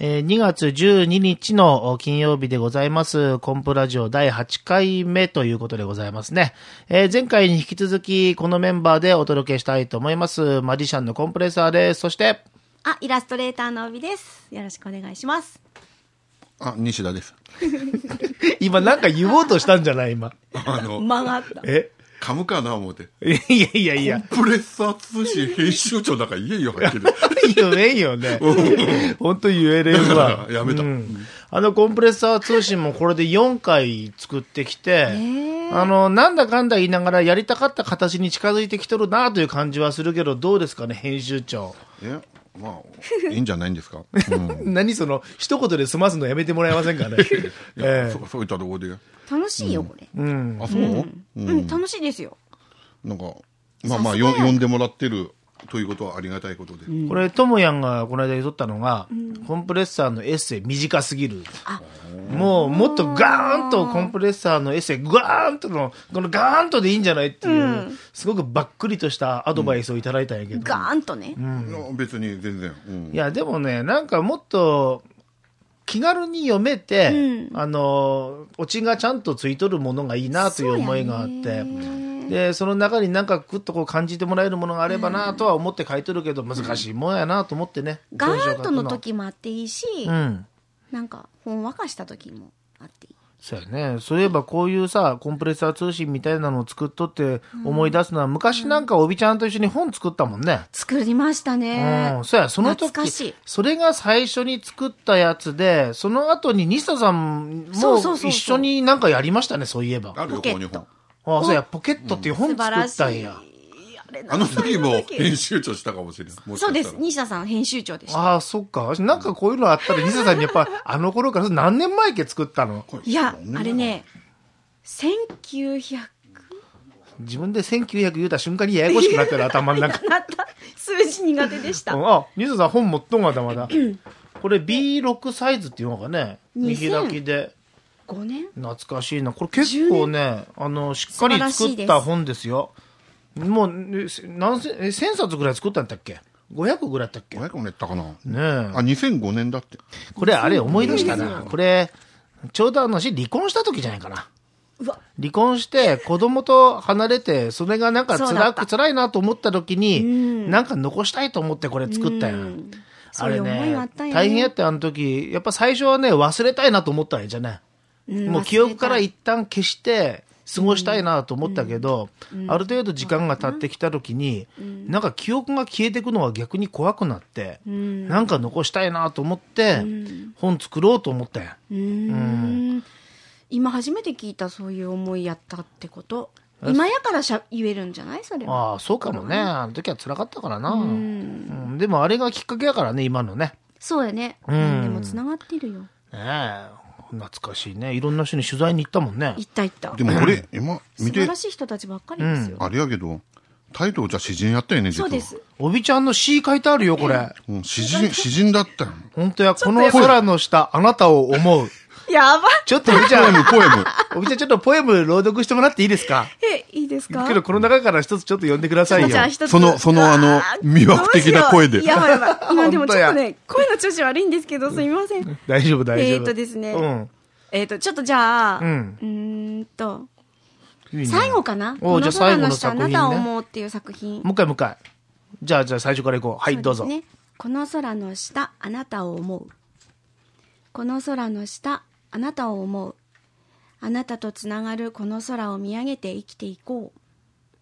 2月12日の金曜日でございます。コンプラジオ第8回目ということでございますね。えー、前回に引き続き、このメンバーでお届けしたいと思います。マジシャンのコンプレッサーです。そして、あ、イラストレーターの帯です。よろしくお願いします。あ、西田です。今なんか言おうとしたんじゃない今。あの、間があった。え噛むかな思って。 いやいやいや。コンプレッサー通信編集長なんか言えよ、はっきり。言えんよ ね。本当言えれんわ。、やめた、うんあのコンプレッサー通信もこれで4回作ってきて、あの、なんだかんだ言いながらやりたかった形に近づいてきとるなという感じはするけど、どうですかね、編集長。えまあ、いいんじゃないんですか。うん、何その、一言で済ますのやめてもらえませんかね。いや、えー、そそういったところで。楽しいよ、これ。うん。あ、そう、うん、楽しいですよ。なんか、まあまあ、よ呼んでもらってるということはありがたいことで。 これ、ともやんがこの間言っとったのが、コンプレッサーのエッセイ短すぎる。もう、もっとガーンとコンプレッサーのエッセイ、ガーンとの、このガーンとでいいんじゃないっていう、すごくばっくりとしたアドバイスをいただいたんやけど。ガーンとね。別に全然。いや、でもね、なんかもっと、気軽に読めて、あの、オチがちゃんとついとるものがいいなという思いがあって。でその中になんかぐっとこう感じてもらえるものがあればなとは思って書いてるけど、うん、難しいもんやなと思ってね、うん、ガーンとの時もあっていいし、うん、なんかほんわかした時もあっていいそうやねそういえばこういうさコンプレッサー通信みたいなのを作っとって思い出すのは、昔なんかおびちゃんと一緒に本作ったもんね、作りましたね、うん、そうやその時それが最初に作ったやつでその後に西田さんも一緒になんかやりましたねそういえばあるよここに本あそうや、ポケットっていう本作ったんや。あの時も編集長したかもしれない。そうです。西田さん編集長でした。ああ、そっか。なんかこういうのあったら、西田さんにやっぱ、 あの頃から何年前っけ作ったのいや、あれね、1900。自分で1900言うた瞬間にややこしくなってる頭の 中。なった。数字苦手でした。あ、西田さん本持っとんがたまだ。これ B6 サイズっていうのがね、見開きで。 5年懐かしいなこれ結構ねあのしっかり作った本ですよもう何千1000冊ぐらい作ったんだっけ500ぐらいだっけ500ぐらいやったかなねえあ2005年だってこれあれ思い出したなこれちょうどあの離婚した時じゃないかな離婚して子供と離れてそれがなんか辛く辛いなと思った時になんか残したいと思ってこれ作ったやんあれね大変やってあの時やっぱ最初はね忘れたいなと思ったんやじゃねもう記憶から一旦消して過ごしたいなと思ったけど、ある程度時間が経ってきた時に、なんか記憶が消えていくのは逆に怖くなって、うなんか残したいなと思って、本作ろうと思ったやん。今初めて聞いたそういう思いやったってこと今やからしゃ言えるんじゃないそれはああそうかもねあの時は辛かったからな、うんでもあれがきっかけやからね今のねそうやね、うん、でもつながってるよねえ懐かしいねいろんな人に取材に行ったもんね行った行ったでもこれ今見素て晴らしい人たちばっかりですよ、あれやけどタイトルじゃ詩人やったよねそうですおびちゃんの詩書いてあるよこれ、うん、詩人詩人だったよ本当やこの空の下あなたを思うやばちょっとおびちゃん ポエムポエムおびちゃんちょっとポエム朗読してもらっていいですかえいいですかけどこの中から一つちょっと読んでくださいよそのそのあの魅惑的な声でやばいやばい 今でもちょっとね声の調子悪いんですけどすみません大丈夫大丈夫えっとですねえっとちょっとじゃあうんと最後かなこの空の下あなたを思うっていう作品もう一回もう一回じゃあじゃあ最初からいこうはいどうぞこの空の下あなたを思うこの空の下あなたを思うあなたとつながるこの空を見上げて生きていこうっ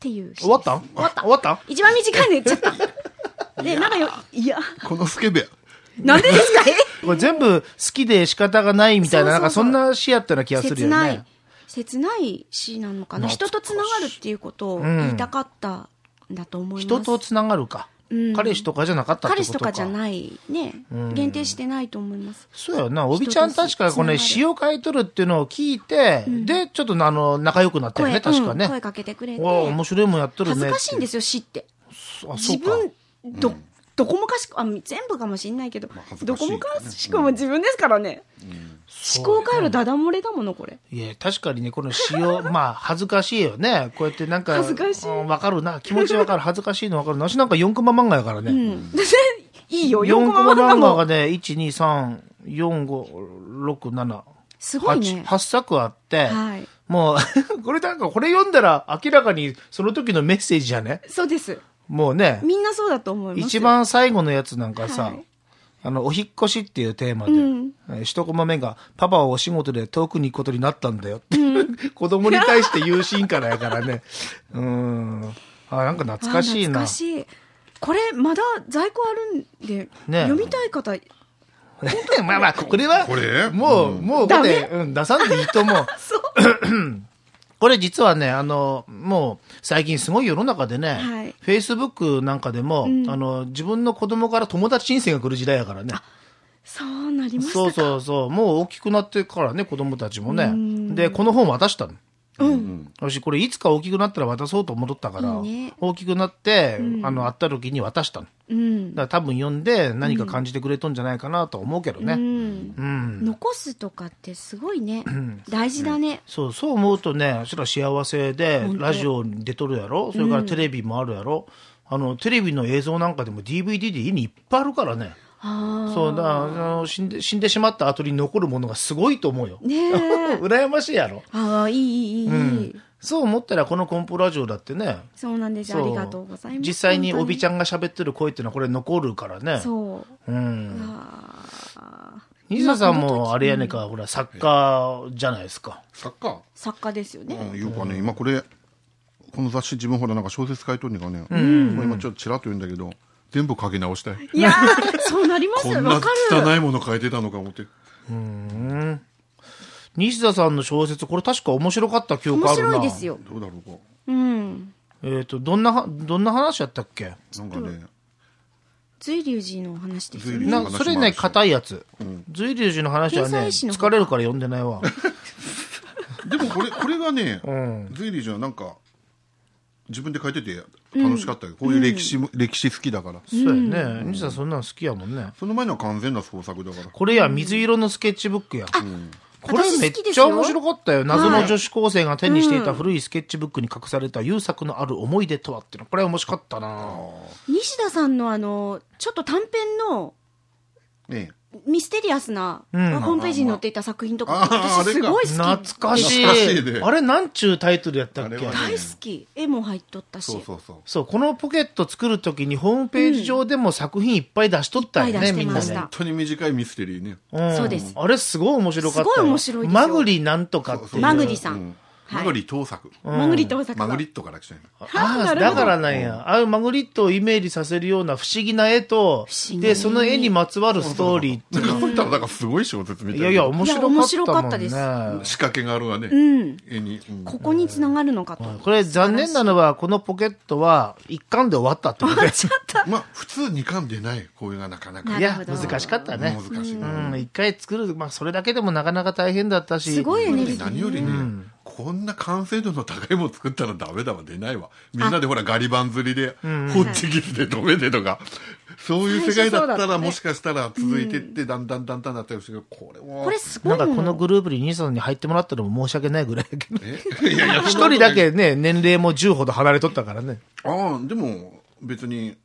ていう終わった終わった終わった一番短いの言っち ゃったでなんかよいやこのスケベなんでですかえこれ全部好きで仕方がないみたいななんかそんな詩やったような気がするよね切ない切ない詩なのかな人とつながるっていうことを言いたかったんだと思います、人とつながるか彼氏とかじゃなかった彼氏とかじゃないね、限定してないと思いますそうやなおびちゃん確かこれ詩を書いとるっていうのを聞いて、でちょっとあの仲良くなったよね確かね、声かけてくれて面白いもんやっとる恥ずかしいんですよ詩って自分ど、どこもかしくあ全部かもしんないけど、どこもかしくも自分ですからね、思考回路ダダ漏れだものこれいや確かにねこの詩 をまあ恥ずかしいよねこうやってなんか恥ずかしい、、うん、分かるな気持ち分かる恥ずかしいの分かるなしなんか4コマ漫画やからね、うん いいよ、 4 4ココママ漫漫画画も。がね、1、2、3、4、5、6、7、すごい8、ね。 8作あって、はい。もう、 これなんか、これ読んだら明らかにその時のメッセージじゃねそうです。もうね、みんなそうだと思います。一。番最後のやつなんかさ、はいあの、お引っ越しっていうテーマで、うんえー一コマ目が、パパはお仕事で遠くに行くことになったんだよって、 子供に対して言うシーンからやからね。うーん。あ、なんか懐かしいあ懐なか。しい。これ、まだ在庫あるんで、ね読みたい方、まあまあ、これは、これもう、うんもうこダれメ、うん、出さんでいいと思う。 そう。 これ実はね、あの、もう、最近すごい世の中ではねい、フェイスブックなんかでも、あの、自分の子供から友達申請が来る時代やからね。そうなりましたそうか。そうそう。もう大きくなってからね、子供たちもね。で、この本渡したの。私、これいつか大きくなったら渡そうと思っとったから、いいね大きくなって、あの、会った時に渡したの。うん。だから多分読んで何か感じてくれとんじゃないかなとは思うけどうね。ん。うん。残すとかってすごいね。大事だね。そう、そう思うとね、そら幸せで、本当ラジオに出とるやろそれからテレビもあるやろ、あの、テレビの映像なんかでも DVD で家にいっぱいあるからね。ああ。そうだ、あの死んで、死んでしまった後に残るものがすごいと思うよ。ね え。羨ましいやろああ、いい、いい、いい。そう思ったらこのコンポラジオだってねそうなんです。あそうりがとうございます。実際におびちゃゃんが喋ってる声っていうのはこれ残るからねそうう。んああ。西田さんもあれやねんかほら作家じゃないですかサッカ作家ですよね。ー、うん、いうかね、今これこの雑誌自分ほらなんか小説書いとるんだからね、うん、今ちょっとちらっと言うんだけど全部書き直したいいやー、そうなりま すこよ。んなわかる。汚いもの書いてたのか思って西田さんの小説これ確か面白かった記憶面あるな白いですよ。どうだろうかうん。えっ、とどんなはどんな話やったっけなんかね随龍寺のお話ですよ随龍ね。なそれね硬いやつ随龍寺の話はね天才師の方疲れるから読んでないわでもこれこれがね、ん随理じゃなんか自分で書いてて楽しかったよ、こういう歴史も、歴史好きだからそうやね西田そんなの好きやもんねその前のは完全な創作だからこれや水色のスケッチブックや、これ私めっ好きですちよゃ面白かったよ。謎の女子高生が手にしていた古いスケッチブックに隠された優作のある思い出とはっていうの。これは面白かったな西田さんのあの、ちょっと短編のねミステリアスな、んホームページに載っていた作品とか、あーあ私れすかごい好き。懐かしい。懐かしいねあれなんちゅうタイトルやったっけあれはね大好き。絵も入っとったし。そうそうそうそう、このポケット作るときにホームページ上でも作品いっぱい出しとったよいっぱね、い出みしてんなましねた。本当に短いミステリーねんそうですあれすごい面白かったよ。すごい面白いですよマグリなんとかっていう。マグリさんうんはいマグリ盗作、マグリット大阪マグリットから来たんやああ、なるほだどからなんや。ああいうマグリットをイメージさせるような不思議な絵と不、思議で、その絵にまつわるストーリーってだからこれたらなんかすごい小説みたいいなやいや、面白かったもん、ね。面白かったです仕掛けがあるわね、うん。絵に、うんここに繋がるのかと。これ残念なのは、このポケットは一巻で終わったってことです。まあ普通二巻出ないこういうのがなかなかいなるやほ、ど難しかったね難。しい、うん、一回作る、まあ、それだけでもなかなか大変だったし。すごいエネルギー。何よりね、こんな完成度の高いもの作ったらダメだわ出ないわみんなでほらガリバン釣りでホッチキスで止めてとか、そういう世界だ最初ったそうだったらねもしかしたら続いてってだんだんだんだんだったりするけどこれはこれすごないんかもこん。のグループに兄さんに入ってもらったのも申し訳ないぐらいやけど。えいやいや一人だけね、年齢も10ほど離れとったからね。ああでも別に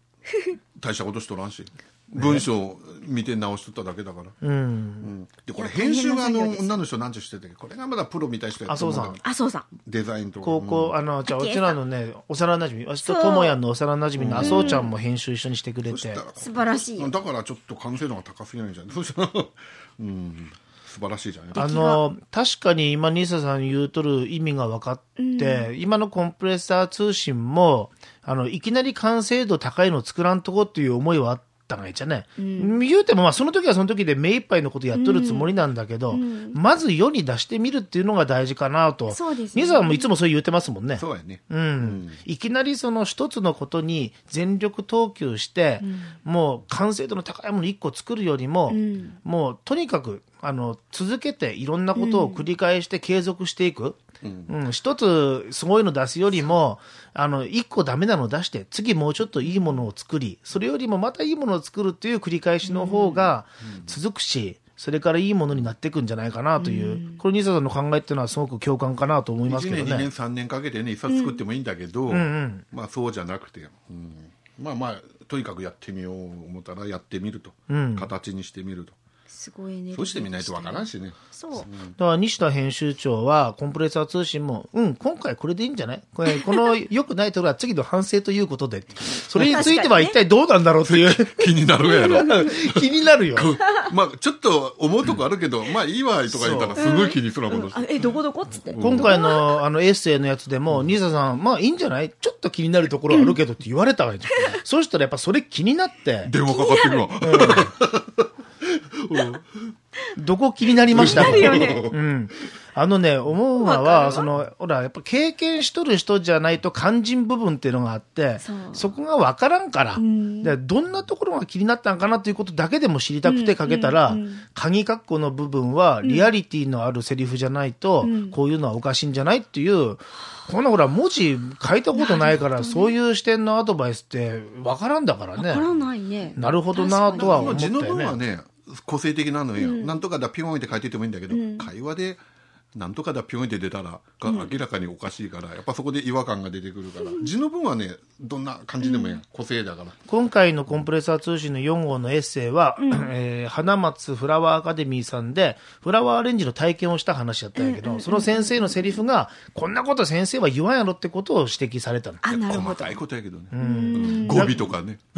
大したことしとらんし文章見て直しとっただけだから、うんでこれ編集があの女の人なんちゅうしててこれがまだプロみたいな人やと思だあそうけどあ、そうさん。デザインとか高校、あの、じゃあ、うちらのね、幼馴染、わしとともやんの幼馴染のあそうちゃんも編集一緒にしてくれそしたてら。素晴らしいよ。だからちょっと完成度が高すぎないんじゃ ないそしたら、うん、素晴らしいじゃないあの、確かに今、ニーサさん言うとる意味が分かって、今のコンプレッサー通信も、あの、いきなり完成度高いの作らんとこっていう思いはあったがいじゃね。言うても、まあ、その時はその時で目いっぱいのことやっとるつもりなんだけど、まず世に出してみるっていうのが大事かなと。そうですねニーサさんもいつもそう言ってますもんね。そうやね。うん、いきなりその一つのことに全力投球して、もう完成度の高いもの1個作るよりも、んもうとにかくあの続けていろんなことを繰り返して継続していく、うん一つすごいの出すよりもあの1個ダメなの出して次もうちょっといいものを作りそれよりもまたいいものを作るっていう繰り返しの方が続くし。それからいいものになっていくんじゃないかなという、これ、西田さんの考えっていうのは、すごく共感かなと思います1けど年、ね。 2年、3年かけてね、一冊作ってもいいんだけど、んうんまあそうじゃなくて、うんまあまあとにかくやってみよう思ったらやってみると、うん形にしてみるとすごいね。そうしてみないとわからんしねそう。だから西田編集長はコンプレッサー通信も、うん、今回これでいいんじゃないこれこの良くないところは次の反省ということで、それについては一体どうなんだろうっていう 気になるやろ気になるよ。まあちょっと思うとこあるけど、まあいいわいとか言ったらすごい気にすることして、あえどこどこっつって。今回のあのエッセイのやつでも、西田さん、まあいいんじゃないちょっと気になるところはあるけどって言われたわけじゃん。そうしたらやっぱそれ気になって、電話かかってくるわ、どこ気になりましたなるよね。うん。あのね、思うのわかるは、わその、ほら、やっぱ経験しとる人じゃないと肝心部分っていうのがあって、そそうこがわからんから、でどんなところが気になったんかなということだけでも知りたくてかけたら、鍵括弧の部分はリアリティのあるセリフじゃないと、こういうのはおかしいんじゃないっていう、このほら、文字変えたことないから、そういう視点のアドバイスってわからんだからわからね。ないね。なるほどなとは思った字よの文ねは。ね個性的なのよ、なんとかだピョンって書いててもいいんだけど、会話でなんとかだピョンって出たらが明らかにおかしいからやっぱそこで違和感が出てくるから字の文はねどんな感じでもいい、個性だから今回のコンプレッサー通信の4号のエッセイは、 えー花松フラワーアカデミーさんで、フラワーアレンジの体験をした話だったんやけど、その先生のセリフが、こんなこと先生は言わんやろってことを指摘されたの。あ、なるほ細どか。いことやけどね、うん語尾とかね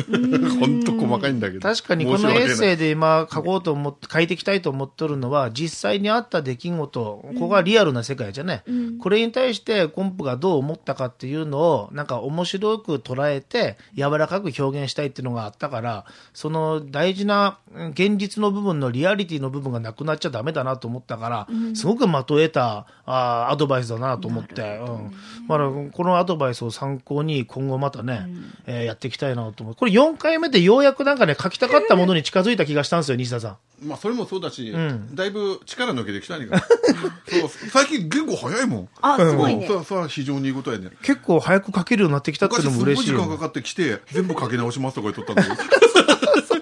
本当細かいんだけど確かにこのエッセイイで今書こうと思って、書いていきたいと思っとるのは、実際にあった出来事、ここがリアルな世界じゃね、これに対してコンプがどう思ったかっていうのを、なんか面白く捉えて、柔らかく表現したいっていうのがあったから、その大事なうん現実の部分のリアリティの部分がなくなっちゃダメだなと思ったから、すごく的を得たあーアドバイスだなと思って、うん。まあ、このアドバイスを参考に今後またね、えーやっていきたいなと思う。これ4回目でようやくなんかね、書きたかったものに近づいた気がしたんですよ、西田さん。まあそれもそうだし、だいぶ力抜けてきたねそう最近言語早いもんあすごいうんねそ。れはそれは非常にいいことやね結構早く書けるようになってきたっていう昔のすもごい嬉し時い。間かかってきて全部書き直しますとか言っとったんだけど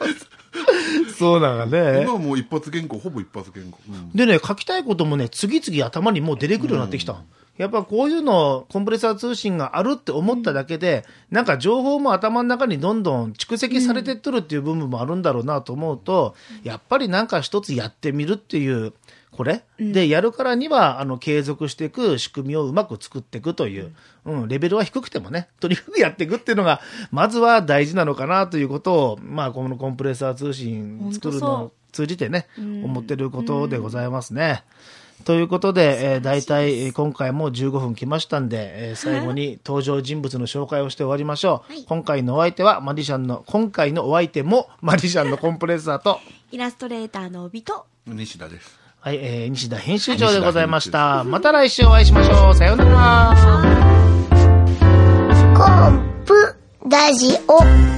そうなのね今。はもう一発原稿ほぼ一発原稿、 うんでね、書きたいこともね、次々頭にもう出てくるようになってきた。やっぱこういうの、コンプレッサー通信があるって思っただけで、なんか情報も頭の中にどんどん蓄積されてっとるっていう部分もあるんだろうなと思うと、やっぱりなんか一つやってみるっていう、これ、で、やるからには、あの、継続していく仕組みをうまく作っていくという、うん、レベルは低くてもね、とにかくやっていくっていうのが、まずは大事なのかなということを、まあ、このコンプレッサー通信作るのを通じてね、思ってることでございますね。ということで、えー、大体えー今回も15分来ましたんで、えー最後に登場人物の紹介をして終わりましょう。今回のお相手はマリシャンの、今回のお相手も マリシャンのコンプレッサーと、イラストレーターの帯と、西田ですはい、えー西田編集長でございました。また来週お会いしましょう。さようなら。コンプラジオ